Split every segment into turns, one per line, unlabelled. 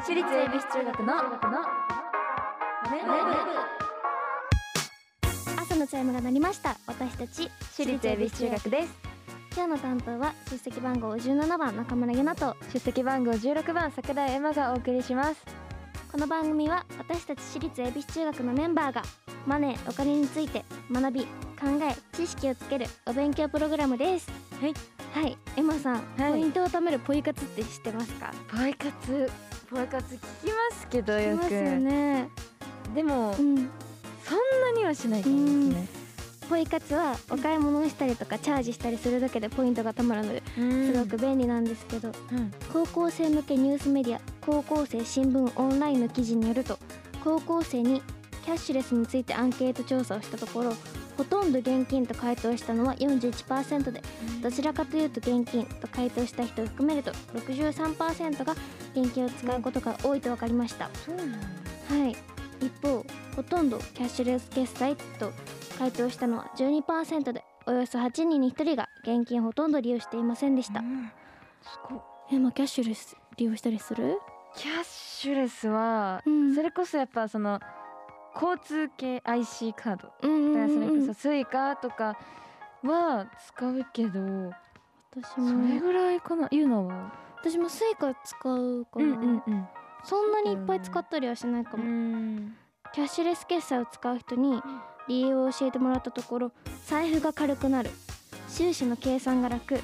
私立恵比寿中学の
朝のチャイムが鳴りました私たち
私立恵比寿中学です
今日の担当は出席番号17番中村ゆなと
出席番号16番桜井エマがお送りします
この番組は私たち私立恵比寿中学のメンバーがマネーお金について学び考え知識をつけるお勉強プログラムです
はい
はいエマさん、
はい
ポイントを貯めるポイ活って知ってますか
ポイ活ポイ活聞きますけど
知って
よ
ま
く
すよね
でも
うん
そんなにはしないかもですね
ポイ活はお買い物をしたりとかチャージしたりするだけでポイントが貯まるので
うん
すごく便利なんですけど
うん
高校生向けニュースメディア高校生新聞オンラインの記事によると高校生にキャッシュレスについてアンケート調査をしたところほとんど現金と回答したのは41%でどちらかというと現金と回答した人を含めると63%が現金を使うことが多いと分かりました、
そうなんだ
はい一方ほとんどキャッシュレス決済と回答したのは12%でおよそ8人に1人が現金をほとんど利用していませんでした、
うんすごい
えまあキャッシュレス利用したりする
キャッシュレスは
うん
それこそやっぱその交通系 IC カード
うんう
だから
ん
それ
う
こ
んう
そ
ん
スイカとかは使うけど、
私
それ
も
ぐらいかなゆうなは
私もスイカ使うから、
うん
そんなにいっぱい使ったりはしないか
う
も、
ん
キャッシュレス決済を使う人に理由を教えてもらったところ財布が軽くなる収支の計算が楽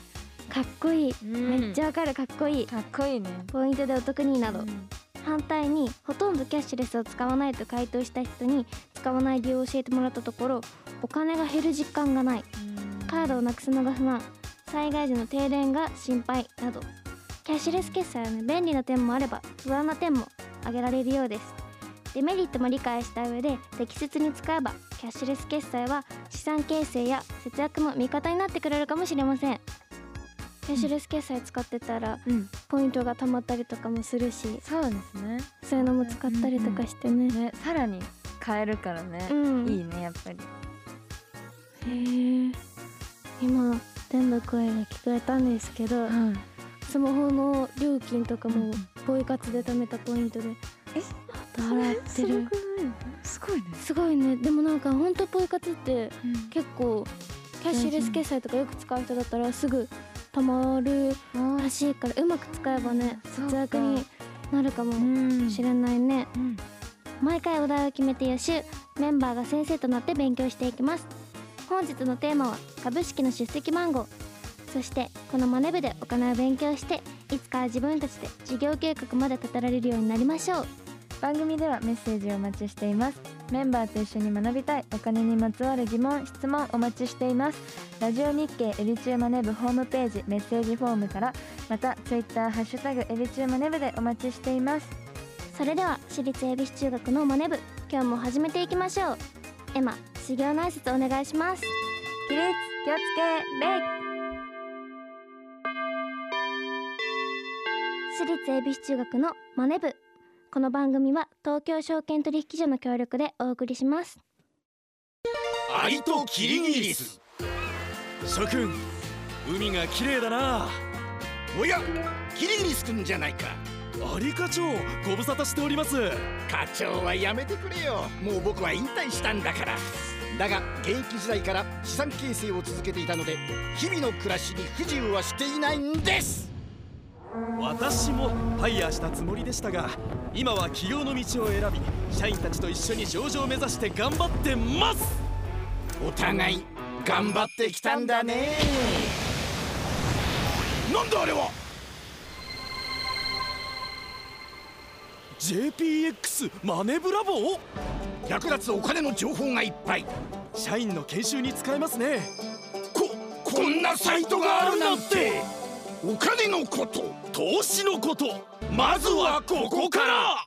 かっこいい、めっちゃわかるかっこいい
かっこいいね
ポイントでお得になど、
うん
反対にほとんどキャッシュレスを使わないと回答した人に使わない理由を教えてもらったところお金が減る実感がないカードをなくすのが不安災害時の停電が心配などキャッシュレス決済はね便利な点もあれば不安な点も挙げられるようですデメリットも理解した上で適切に使えばキャッシュレス決済は資産形成や節約も味方になってくれるかもしれませんキャッシュレス決済使ってたら
うん
ポイントが貯まったりとかもするし
そうですね
そういうのも使ったりとかしてね
ねさらに買えるからね
う、ん、
いいねやっぱり
へえ今天の声が聞こえたんですけど、
うん
スマホの料金とか
うん
もポイ活で貯めたポイントで
え
払ってる
すごいね
すごいねでもなんかほんとポイ活って
結
結構キャッシュレス決済とかよく使う人だったらすぐ貯まる
構
らしいからうまく使えばね
そうか
節約になるかも
ん
しれないね、
うん
毎回お題を決めて予習メンバーが先生となって勉強していきます本日のテーマは株式の出席番号そしてこのマネ部でお金を勉強していつかは自分たちで事業計画まで立てられるようになりましょう
番組ではメッセージをお待ちしていますメンバーと一緒に学びたいお金にまつわる疑問質問お待ちしていますラジオ日経エビチューマネブホームページメッセージフォームからまたツイッターハッシュタグエビチューマネブでお待ちしています
それでは私立恵比寿中学のマネ部今日も始めていきましょうエマ修行の挨拶お願いします
起立気をつけ礼
私立恵比寿中学のマネ部この番組は東京証券取引所の協力でお送りします
アリとキリギリス
諸君海が綺麗だな
おやキリギリスくんじゃないか
アリ課長ご無沙汰しております
課長はやめてくれよもう僕は引退したんだからだが現役時代から資産形成を続けていたので日々の暮らしに不自由はしていないんです
私もファイヤーしたつもりでしたが今は起業の道を選び社員たちと一緒に上場を目指して頑張ってます
お互い頑張ってきたんだねなんだあれは
JPX マネブラボ
役立つお金の情報がいっぱい
社員の研修に使えますね
ここんなサイトがあるなんてお金のこと
投資のことまずはここから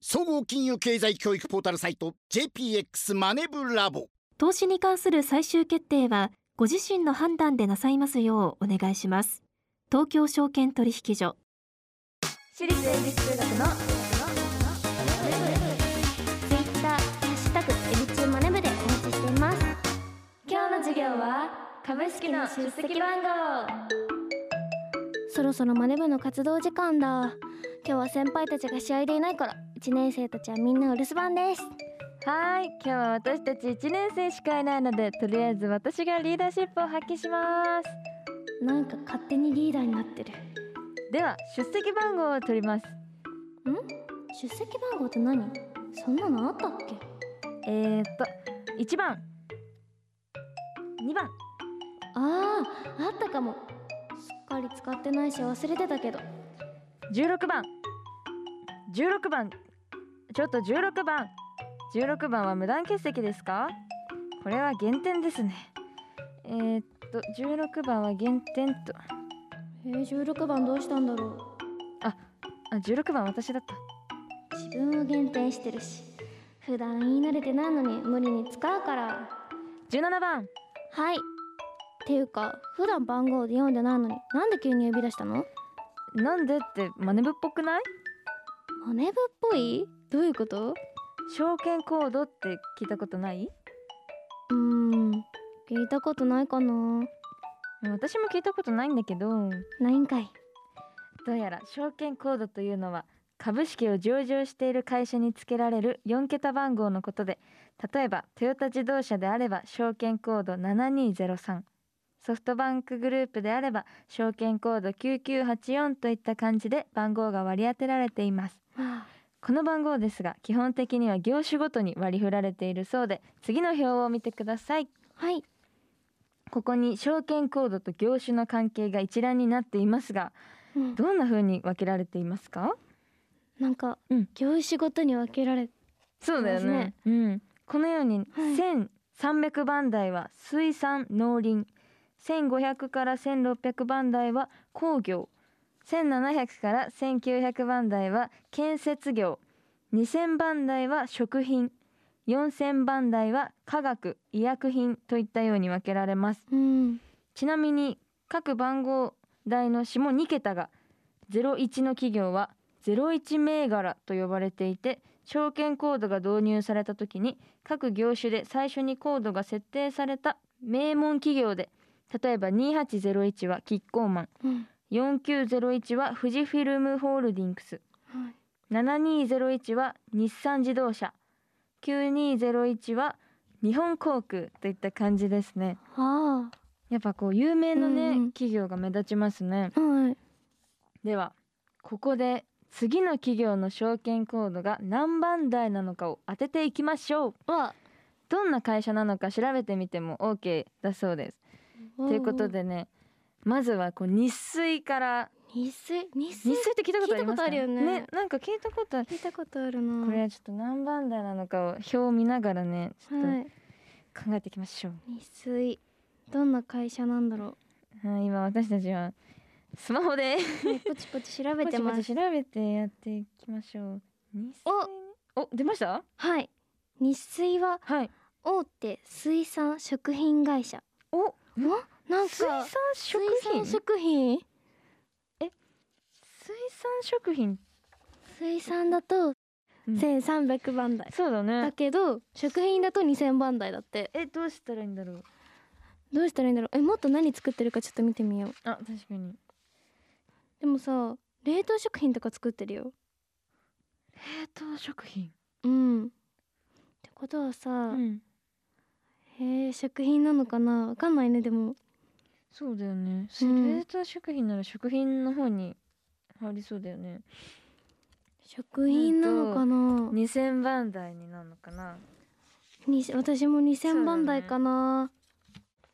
総合金融経済教育ポータルサイト JPX マネブラボ
投資に関する最終決定はご自身の判断でなさいますようお願いします東京証券取引所
私立エビ中学の
ツイッター、ハッシュタグ、エビチューマネブでお待ちしています。今日の授業は株式の出席番号。そろそろマネブの活動時間だ。今日は先輩たちが試合でいないから1年生たちはみんなお留守番です
はい今日は私たち1年生しかいないのでとりあえず私がリーダーシップを発揮します
なんか勝手にリーダーになってる
では出席番号を取ります
出席番号って何そんなのあったっけ
えー、っと1番2番
あああったかもすっかり使ってないし忘れてたけど
16番16番ちょっと16番16番は無断欠席ですかこれは減点ですねえー、っと16番は減点と
えー、16番どうしたんだろ
あ16番私だった
う自分を減点してるし普段言い慣れてないのに無理に使うから
17番
はいっていうか普段番号で読んでないのになんで急に呼び出したの
なんでってマネブっぽくない
マネブっぽいどういうこと
証券コードって聞いたことないう
ーん聞いたことないかな
私も聞いたことないんだけど
ないんかい
どうやら証券コードというのは株式を上場している会社に付けられる4桁番号のことで例えばトヨタ自動車であれば証券コード7203ソフトバンクグループであれば証券コード9984といった感じで番号が割り当てられています
はあ
この番号ですが基本的には業種ごとに割り振られているそうで次の表を見てください
はい
ここに証券コードと業種の関係が一覧になっていますが
うん
どんな風に分けられていますか
なんか、
うん
業種ごとに分けられ
そうだよ
そう
ね
ですね。
うん、このように
はい
1300番台は水産農林、1500から1600番台は工業、1700から1900番台は建設業、2000番台は食品、4000番台は化学、医薬品といったように分けられます。
うん
ちなみに各番号台の下2桁が01の企業は01銘柄と呼ばれていて証券コードが導入された時に各業種で最初にコードが設定された名門企業で例えば2801はキッコーマン
うん
4901は富士フィルムホールディングス
はい
7201は日産自動車9201は日本航空といった感じですね。
は
やっぱこう有名なね、
うんうん
企業が目立ちますね
あはい
ではここで次の企業の証券コードが何番台なのかを当てていきましょう
わ
どんな会社なのか調べてみても OK だそうですということでねまずはこう日水から
日水日水
日水って聞いたことありますか
聞いたことあるよね
なんか聞いたことある
聞いたことあるな
これはちょっと何番台なのかを表を見ながらねちょっ
はい
と考えていきましょう、
日水どんな会社なんだろ
はい、今私たちはスマホで
うねポチポチ調べてます
ポチポチ調べてやっていきましょう。日水お、出ました？
はい日水は
はい。
大手水産食品会社
お、
わなんか
水産食品。
水産食品
水産食品。
水産だと
うん
1300番台、
そうだ
だ
ね。
けど食品だと2000番台だって
え、どうしたらいいんだろう。
どうしたらいいんだろうえもっと何作ってるかちょっと見てみよう
あ、確かに。
でもさ冷凍食品とか作ってるよ
冷凍食品。
うんってことはさ、
うん。
へえ食品なのかなわかんないねでも
そうだよね。
うん
冷凍食品なら食品の方に入りそうだよね。
食品なのかな
二千番台になるのかな。
に私も
そうだね
2000番台かな、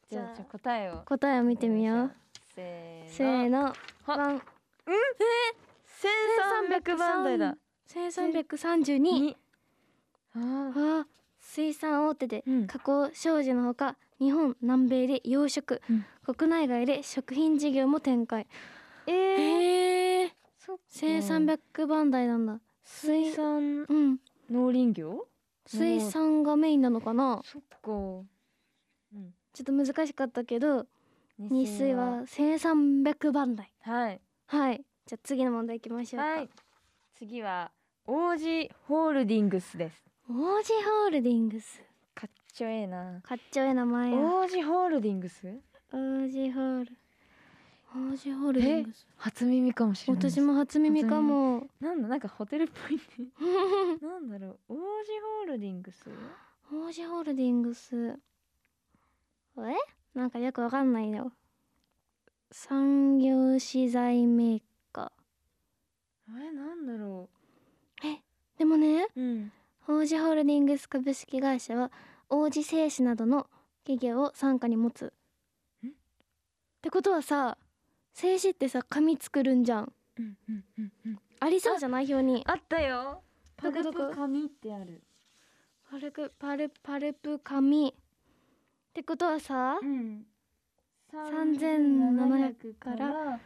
じゃ
じゃ
あ
あ
じゃあ答えを
答えを見てみよう。
せ
せ
ー
ー
の。
の
は
ワン
千三百番台だ。
1332
に。ああ。
あ水産大手で
うん
加工商事のほか日本南米で養殖、
うん
国内外で食品事業も展開
えー。
へえ
そっか
1300番台なんだ水
水産
うん
農林業
水産がメインなのかな
そっか、うん、
ちょっと難しかったけど日水は1300番台
はい
はいじゃあ次の問題いきましょうか、
はい次は王子ホールディングスです
王子ホールディングス
かっちょええな
かっちょええ名前や
王子ホールディングス
王子ホール王子ホールディングス
初耳かもしれないです
私も初耳かも
なんだなんかホテルっぽいね なんだろう王子ホールディングス
王子ホールディングスえなんかよくわかんないよ産業資材メーカ
えなんだろ
ーでもね
ううん
王子ホールディングス株式会社は王子製紙などの企業を傘下に持つ
ん
ってことはさ製紙ってさ紙作るんじゃん
うんうんうんうん
ありそうじゃない表に
あったよパ
どこ
ル
どこ
プ紙ってある
パルクパルパルプ紙ってことはさ
うん
3700
から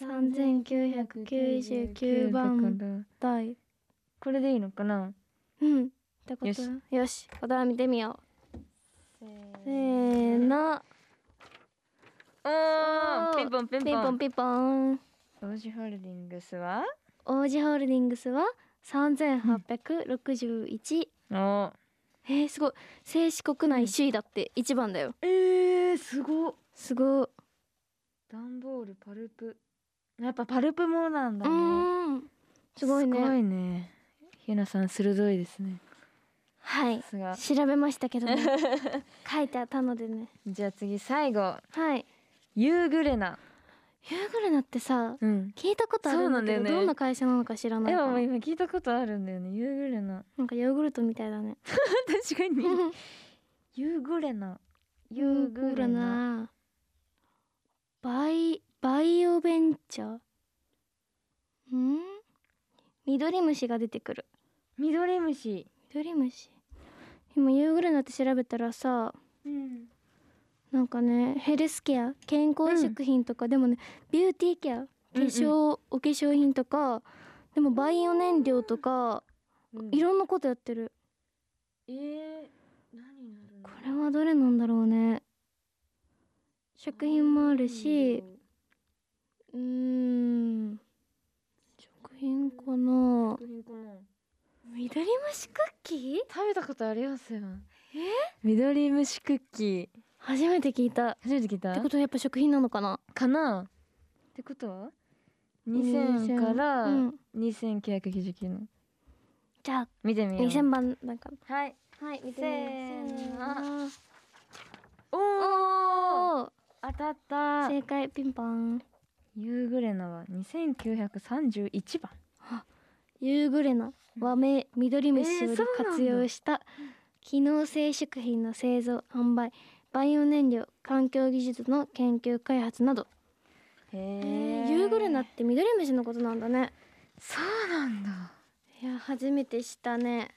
3999番台
これでいいのかな
うんってこと
よし
よし答え見てみよ
せ
うせーの
おーピンポンピン
ピン
ポ
ポン
ン
ピンポン
王子ホールディングスは
王子ホールディングスは3861
お
えー、すごい製紙国内首位だって一番だよ
えー、すごっ
すごい
段ボールパルプやっぱパルプもなん
う
だね
ーんすごいね
すごいねひなさん鋭いですね
はい
さすが
調べましたけ どね書いてあったのでね
じゃあ次最後
はい
ユーグレナ
ユーグレナってさ
うん
聞いたことあるん
そう
だけど
なんだよね
どんな会社なのか知らない
で
か
も
な
今聞いたことあるんだよねユーグレナ
なんかヨーグルトみたいだね
確かにユーグレナユーグレナ
ナバイバイオベンチャーん緑虫が出てくる
ミドリムシ
緑虫今ユーグレナって調べたらさ
うん
なんかねヘルスケア健康食品とか、でもねビューティーケア化粧、お化粧品とかでもバイオ燃料とかいろんなことやってる
えー、何になるの
これはどれなんだろうね食品もあるしうーん食品かな
食品かな
緑虫クッキー
食べたことありますよえミドリムシクッキー
初めて聞いたっ
初めて聞いた
てことはやっぱ食品なのかな
かなってことは2000から
うん
2999の
じゃあ
見てみよう
2000番なんか
はい
はい見
てみようせー
の
おお
おー
当たった
正解ピンポン
ユーグレナは2931番
ユーグレナ和名緑虫より
えーそうなんだ
活用した機能性食品の製造販売バイオ燃料環境技術の研究開発など、
へ
えーユーグレナって緑虫のことなんだね
そうなんだ
いや初めて知ったね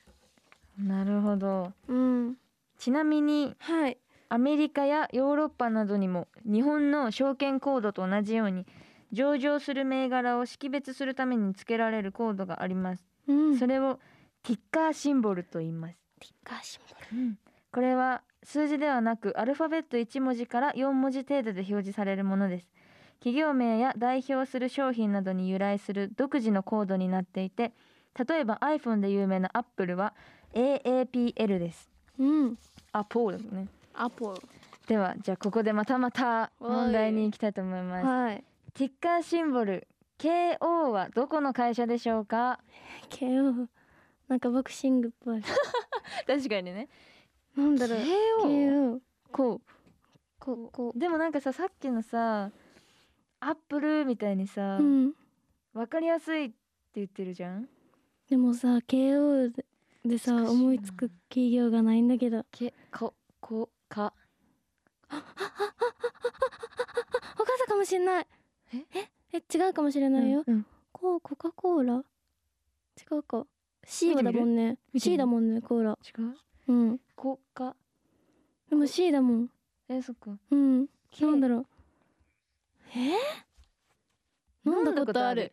なるほど
うん
ちなみに
はい
アメリカやヨーロッパなどにも日本の証券コードと同じように上場する銘柄を識別するために付けられるコードがあります、
うん
それをティッカーシンボルと言います
ティッカーシンボル
これは数字ではなくアルファベット1文字から4文字程度で表示されるものです企業名や代表する商品などに由来する独自のコードになっていて例えば iPhone で有名な Apple は AAPL です
うん
あポールですね
アポロ
ではじゃあここでまたまた問題に行きたいと思います
はい
ティッカーシンボル KO はどこの会社でしょうか
KO なんかボクシングっぽい
確かにね
なんだろう KO
こ
ここ
うでもなんかささっきのさアップルみたいにさ、
うん
わかりやすいって言ってるじゃん。
でもさ KO ででさ
難しいな
思いつく企業がないんだけどわ
け、こ、こ、か。
かったかもしれない
え
ええ違うかもしれないよ、
うん
こうコカ・コーラ違うか C
見て
だ
みる
もん
見
ね
てみる
C だもんねコーラ
違う。
うん
こ、か。
でも C だもん
え、そっか。
うん
け
なんだろうえー、飲んだことある。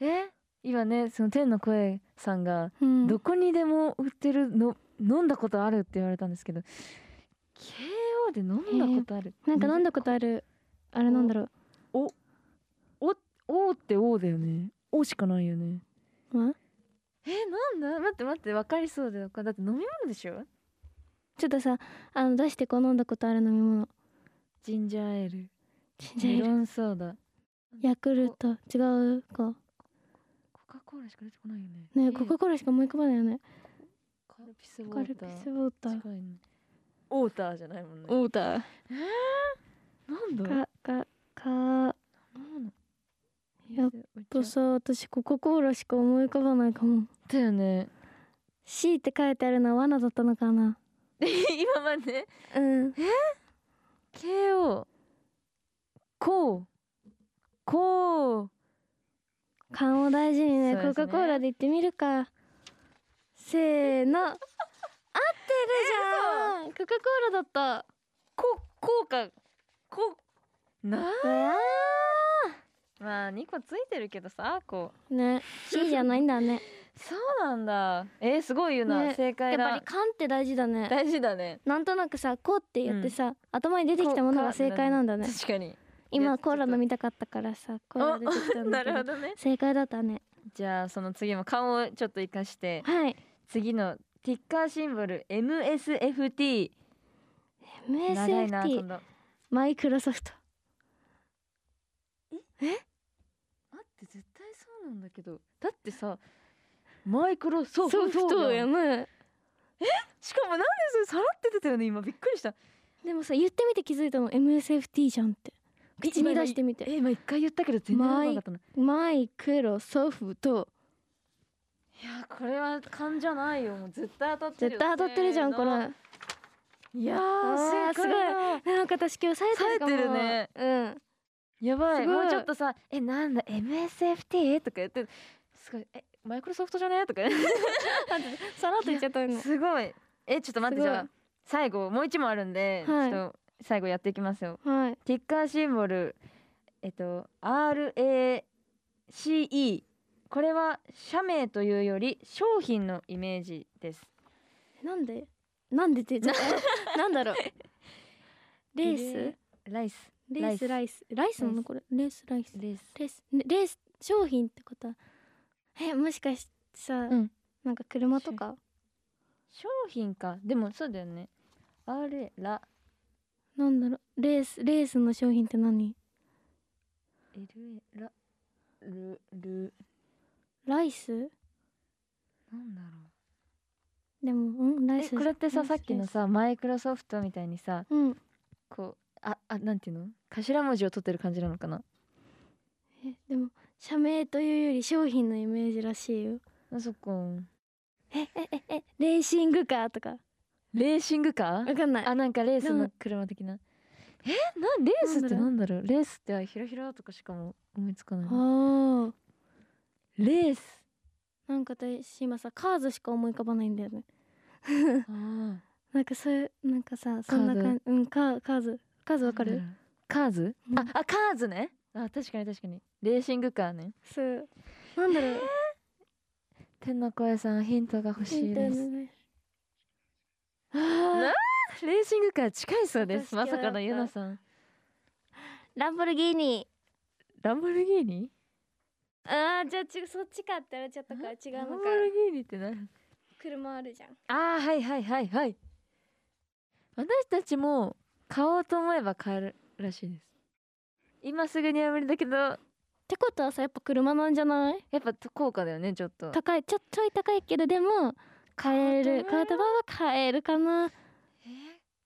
え、今ね、その天の声さんが、
うん
どこにでも売ってるの、飲んだことあるって言われたんですけど。KO で飲んだことある。
なんか飲んだことあるあれなんだろう
お、O って O だよね。O しかないよね。
ん
え、なんだ待って待って、わかりそうだよ。だって飲み物でしょ
ちょっとさあの出してこう飲んだことある飲み物
ジンジャーエール、
ジンジャーエ
メ
ール
ロンソーダ、
ヤクルト違うか
コカ・コーラしか出てこないよね
ねえコカ・コーラしか思い浮かばないよね
カルピスウォ
カル
ータ
ピ
ー
スウォーター
近いねウォーターじゃないもんね
ウォーター
なんだ
かかか
なんだ
やっとさ私コカ・コーラしか思い浮かばないかも
だよね
C って書いてあるのは罠だったのかな
今まで
うん
慶応こうこう
勘を大事にね
そうですね
コカ・コーラで言ってみるかせーの合ってるじゃんコカ・コーラだった
ここうかこうな
うわ
まあ2個ついてるけどさこう
ーね C じゃないんだね
そうなんだえー、すごい言うな、
ね
正
や
解
っぱり
だ
勘って大事だね
大事だね
なんとなくさこうって言ってさ、頭に出てきたものが正解なんだね
確かに
今コーラ飲みたかったからさコーラ出てきた ん
な
だけ
る
ど
ほどね
正解だったね
じゃあその次も顔をちょっと生かして
はい
次のティッカーシンボル MSFT 長いな今
MSFT
度
マイクロソフト
待って絶対そうなんだけどだってさマイクロソフ
ソフト
トや
や
ん
ね
しかもなんでそれさらって出たよね今びっくりした
でもさ言ってみて気づいたの MSFT じゃんって口に出してみて
え今一回言ったけど全然わかんなかったな
マイクロソフト
いやこれは勘じゃないよもう絶対当たってる
絶
よ
対当たってるじゃん
せ
こ
ー
れ
の
なん
いや
あ
ー
ー
正解だ
か私今日冴えてるかも
冴えてるね
うん
やばい
すごい
もうちょっとさえなんだ MSFT とか言ってすごいえマイクロソフトじゃねとか
さらっと言っちゃったよね
すごいえちょっと待って
す
じ
ごい
ゃあ最後もう一問あるんで、
はい
ちょっと最後やっていきますよ
はい
ティッカーシンボルえっと RACE これは社名というより商品のイメージです
なんでなん でって言っちゃったなんだろうレース
ライス
レースライスライスなのこれレースライス
レース
レースねレース商品ってことはえもしかしてさ、
うん
なんか車とか
商品かでもそうだよね R ラ
なんだろうレースレースの商品って何
L エラルル
ライス
なんだろ
でもうんラ
う
イ
え
ス
これって
ラ
さ
イス
さっきのさマイクロソフトみたいにさ
うん
こうああなんていうの頭文字を取ってる感じなのかな
えでも社名というより商品のイメージらしいよ
あそっか
ええええレーシングカーとか
レーシングカ
わ
ー
かんない
あなんかレース
な
の
ん
車的なえなんレースって
な
なんだろうレースってひらひらとかしかも思いつかない
あ
な
ー
レース
なんか私今さカーズしか思い浮かばないんだよね
あ
なんかそういうなんかさそんな
カー
感じうんカーカーズカーズ
あ
わかる
カーズ、
うん
ああカーズねあ確かに確かにレーシングカーね
そうなんだろう
天の声さんヒントが欲しいで
みた
す
いなね
レーシングカー近いそうですま
私
さ
嫌だ
か
った
のゆなさん
ランボルギーニ
ランボルギーニ
あーじゃあちそっちかって言われちゃったから違う
ラン
の
ボ
か
ルギーニって何
車あるじゃん
あーはいはいはいはい私たちも買おうと思えば買えるらしいです今すぐには無理だけどや
てことはさやっぱ車なんじゃない
っぱ高価だよねちょっと
高いちょちょい高いけどでも買える
買
買
う
う
と
と場合は買えるかな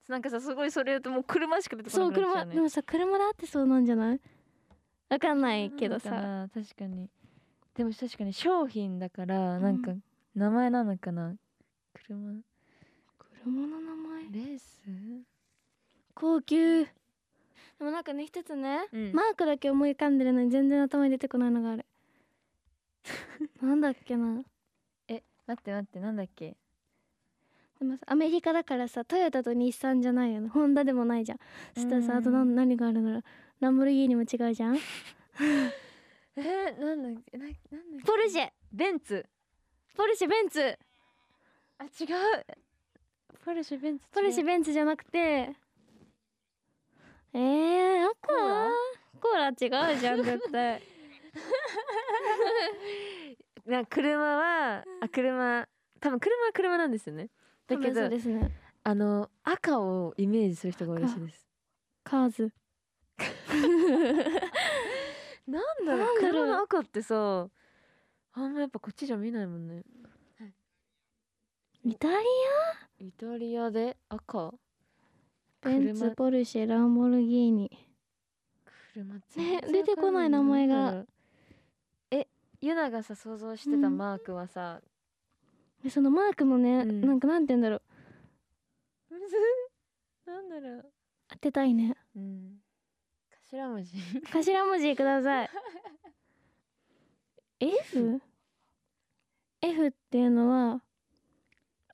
なんかさすごいそれだともう車しか出てこ
そう
なくなっちゃ
車
うね
でもさ車だってそうなんじゃないわかんないけ
な
ど
の
さ
かな確かにでも確かに商品だからなんか
う
名前なのかな、車
車の名前
レース
高級でもなんかね一つね、
うん
マークだけ思い浮かんでるのに全然頭に出てこないのがある なんだっけな
え待って待ってなんだっけ
でもさアメリカだからさトヨタと日産じゃないよねホンダでもないじゃんそしたら
うん
さあと何何があるならランボルギーニも違うじゃん
えー、なんだっけななんだっけ
ポルシェ
ベンツ
ポルシェベンツ
あ違うポルシェベンツ
ポルシェ
違う
ベンツじゃなくてえー、あかコーラ違うじゃん絶 対
な車はあ車多分車は車なんですよねだけ
多分そう
ど
ですね
あの赤をイメージする人が多いらしいです
カーズ
なんだろう
なんだろう
車の赤ってさあんまやっぱこっちじゃ見ないもんね
イタリ
イタリアで赤
アベンツ
車
ポルシェランボルギーニ
車
ね
全然
出てこない名前が
わかんないなんだろうえユナがさ想像してた
うん
マークは さ、
でそのマークもね、
うん
なんかなんて言うんだろう
むずなんだろう、
当てたいね
うん、頭文字
頭文字ください F? F っていうのは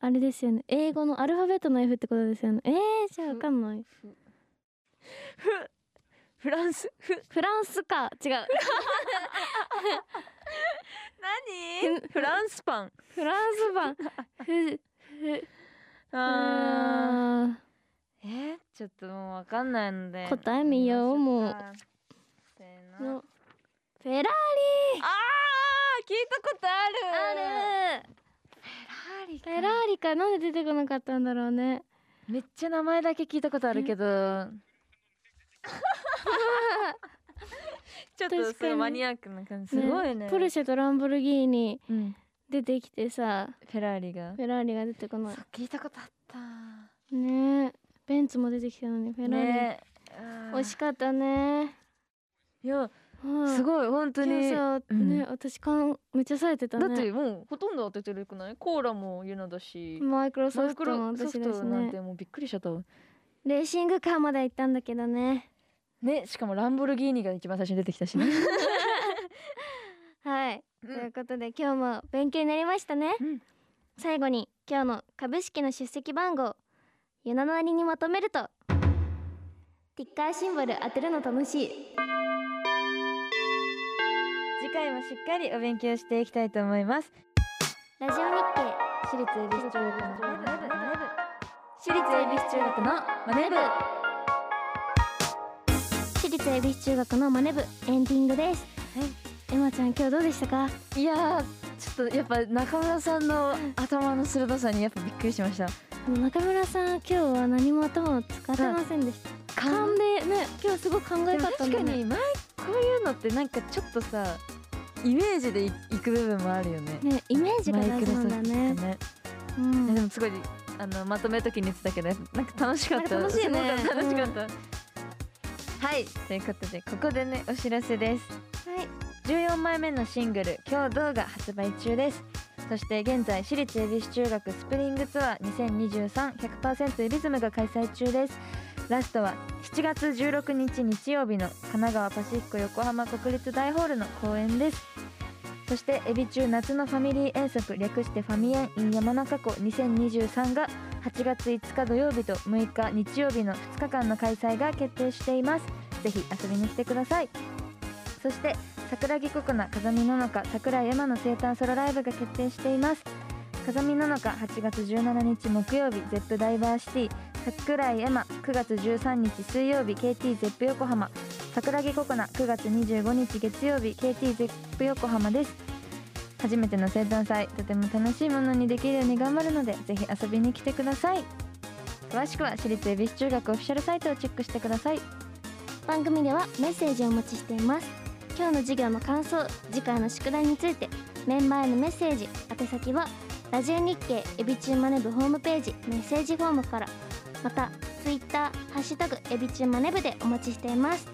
あれですよね英語のアルファベットの F ってことですよねえー、じゃあわかんない
フランス
フランスか違う
何フランスパン
フランス版ふふ
あ
あ
ーえちょっともうわかんないので
答え見ようもう
見ましかせー
ー
の
のフェラ
あー聞いたことある
ー
フェラーリ
リフ
か
ェラーリかなんで出てこなかったんだろうね
めっちゃ名前だけ聞いたことあるけど ちょっと
確か
そ
に
のマニアックな感じすごいね
ポルシェとランボルギーニ
うん
出てきてさ
フェラーリが
フェラーリが出てこない
聞いたことあった
ねえベンツも出てきたのにフェラーリ、
ね
惜しかったね、
いや
うん
すごい本当に
今日さ、
うん
ね私勘めっちゃ冴えてた
だ
ね
ってもうほとんど当ててるくないコーラもユナだし
マイクロソ
マ
フ
イク
トも
ロソ
私
フ
だし
トなん
ね
てもうびっくりしちゃったわ
レーシングカーまで行ったんだけどね
ねしかもランボルギーニが一番最初に出てきたしね
はい、
うん
ということで今日も勉強になりましたね、
うん
最後に今日の株式の出席番号ユナなりにまとめるとティッカーシンボル当てるの楽しい
次回もしっかりお勉強していきたいと思います
ラジオ日経
私立恵比寿中学の
私立恵比寿中学のマネ部私立恵比寿中学のマネ部エンディングですはいエマちゃん今日どうでしたか
いやーちょっとやっぱ中村さんの頭の鋭さにやっぱびっくりしました
中村さん今日は何も頭を使ってませんでした勘でね今日すごく考え
でも
かった
確
んだ
か
ね
に前こういうのってなんかちょっとさイメージでいいく部分もあるよね
ねイメージが大事なんだ
マイ
ね
クロソフトとかね
うん
でもすごいあのまとめるときに言ってたけどやっぱなんか楽しかっ
あ
た
れ楽しいね
すごく楽しかった、はいということでここでねお知らせです
はい
14枚目のシングル「今日動画」発売中ですそして現在私立恵比寿中学スプリングツアー2023100%恵比ズムが開催中ですラストは7月16日日曜日の神奈川パシフィコ横浜国立大ホールの公演ですそしてエビ中夏のファミリー遠足略してファミエン in 山中湖2023が8月5日土曜日と6日日曜日の2日間の開催が決定していますぜひ遊びに来てくださいそして桜木ココナ風見ののか桜井山の生誕ソロライブが決定しています風見ののか8月17日木曜日ゼップダイバーシティ桜井山9月13日水曜日 KT ゼップ横浜桜木ココナ9月25日月曜日 KT ゼップ横浜です初めての生誕祭とても楽しいものにできるように頑張るのでぜひ遊びに来てください詳しくは私立恵比寿中学オフィシャルサイトをチェックしてください
番組ではメッセージをお待ちしています今日の授業の感想次回の宿題についてメンバーへのメッセージ宛先はラジオ日経エビチューマネブホームページメッセージフォームからまたツイッターハッシュタグエビチューマネブでお待ちしています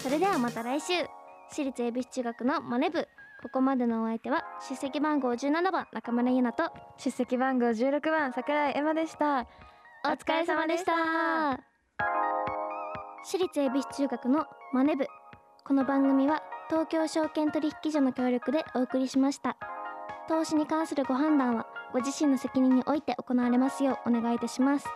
それではまた来週私立エビ中学のマネブここまでのお相手は出席番号17番中村ゆなと
出席番号16番桜井エマでした
お疲れ様でした私立恵比寿中学のマネ部この番組は東京証券取引所の協力でお送りしました投資に関するご判断はご自身の責任において行われますようお願いいたします